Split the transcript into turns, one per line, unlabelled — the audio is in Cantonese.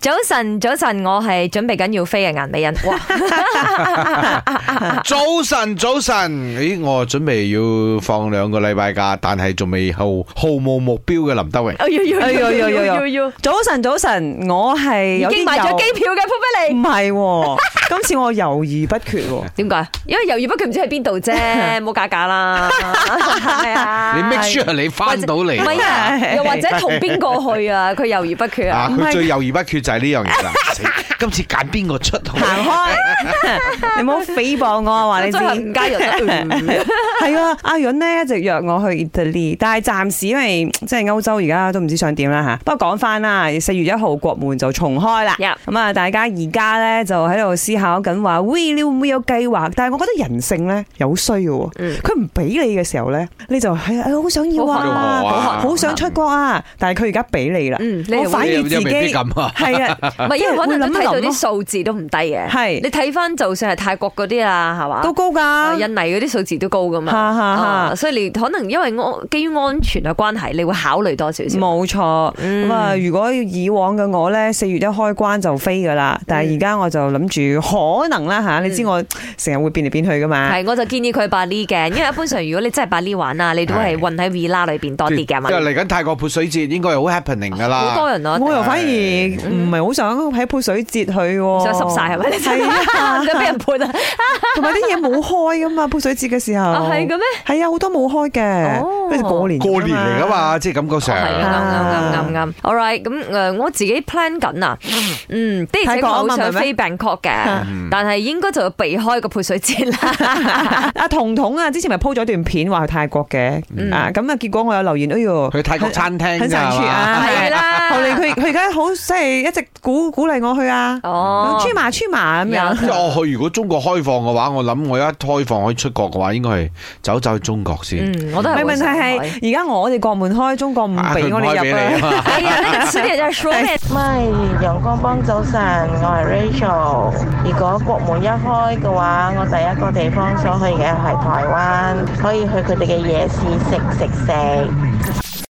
早晨，早晨，我係準備緊要飛嘅顏美人。哇，
早晨，早晨，咦，我準備要放兩個禮拜假，但係仲未毫毫無目標嘅林德榮。
哎呀
哎呀呀呀呀早晨，早晨，我係
已
有
經
啲
買咗
猶
機票嘅，撲俾
唔
你。
係喎， 今次我猶豫不決喎。
點解？因為猶豫不決唔知喺邊度 啫，冇假假 啦。係啊，
你 make sure 你翻到嚟
唔係啊，又或者同邊個去啊？佢猶豫不決啊。
啊！佢最猶豫不決就係呢樣 嘢啦。死今次揀邊個出好？
行開， 你唔好誹謗我 啊！話你知，
最後唔加入得 嗯
係啊！阿潤呢一直約我去 Italy，但係暫時因為即係歐洲而家都唔知想點啦吓。不過講翻啦，四月一號國門就重開啦。
Yep
咁啊，大家而家咧就喺度思考緊話，喂，你會唔會有計劃？但係我覺得人性咧有衰嘅喎。
嗯
佢唔俾你嘅時候咧，你就係啊好想要
好渴
啊
望，啊
好想出國啊，但係佢而家俾你啦，
嗯你
我反而
又
自
又未
己
必咁啊！
係啊，
唔係，因為可能都睇到
會諗一諗咯
啲數字都唔低嘅。
係
你睇翻就算係泰國嗰啲啦，係嘛？
都高
啊
㗎，
印尼嗰啲數字都高噶嘛，
哈哈哈
啊所以你可能因為安基於安全嘅關係，你會考慮多少少。
冇錯，
嗯
咁啊，如果以往嘅我呢，四月一開關就飛噶啦，
嗯
但係而家我就諗住可能啦吓，你知我成日會變嚟變去噶嘛，
係，我就建議佢百呢嘅，因為一般上如果你真係百呢玩啊，你都係
係
混喺 villa 裏邊多啲嘅嘛
即，係嚟緊泰國潑水節，應該係好 happening 噶
好多
啦。
人咯，啊
我又反而唔係好想喺潑水節去喎，
嗯想濕晒係咪？你真
係啊
係唔想俾人 判啊？
同埋啲嘢冇開噶嘛，潑水節嘅 時候
啊係嘅咩？
係啊，好多冇開嘅
哦，
好似過年
過年嚟噶嘛，即係感覺
哦係
上。
啊
啊
啱啱啱啱啱。All right，咁誒我自己 plan 緊啊，嗯，的而
泰
且
國
確
啊
好
嘛
想
係咪嗯
飛 Bangkok 嘅，但係應該就要避開個潑水節啦。
阿彤彤啊，之前咪 po 咗段片話去泰國嘅，
嗯
啊咁啊，結果我有留言，哎呦。
去泰國餐廳
很
㗎
神
係
處
嘛
啊，
係啦
後嚟佢佢而家好即係一直鼓鼓勵我去啊，
哦，
出馬出馬咁樣。
即係我去，如果中國開放嘅話，我諗我一開放可以出國嘅話，應該係走走去中國先。
嗯，我都
唔
係
係
會
問題
想
係
去
而家我哋國門開，中國唔
啊
俾
佢唔
我
開
哋
俾你
入
啊
啊。
嘛
哎呀，那个词典在说咩？
咪陽光幫早晨，我係 Rachel。如果國門一開嘅話，我第一個地方想去嘅係台灣，可以去佢哋嘅夜市食食食。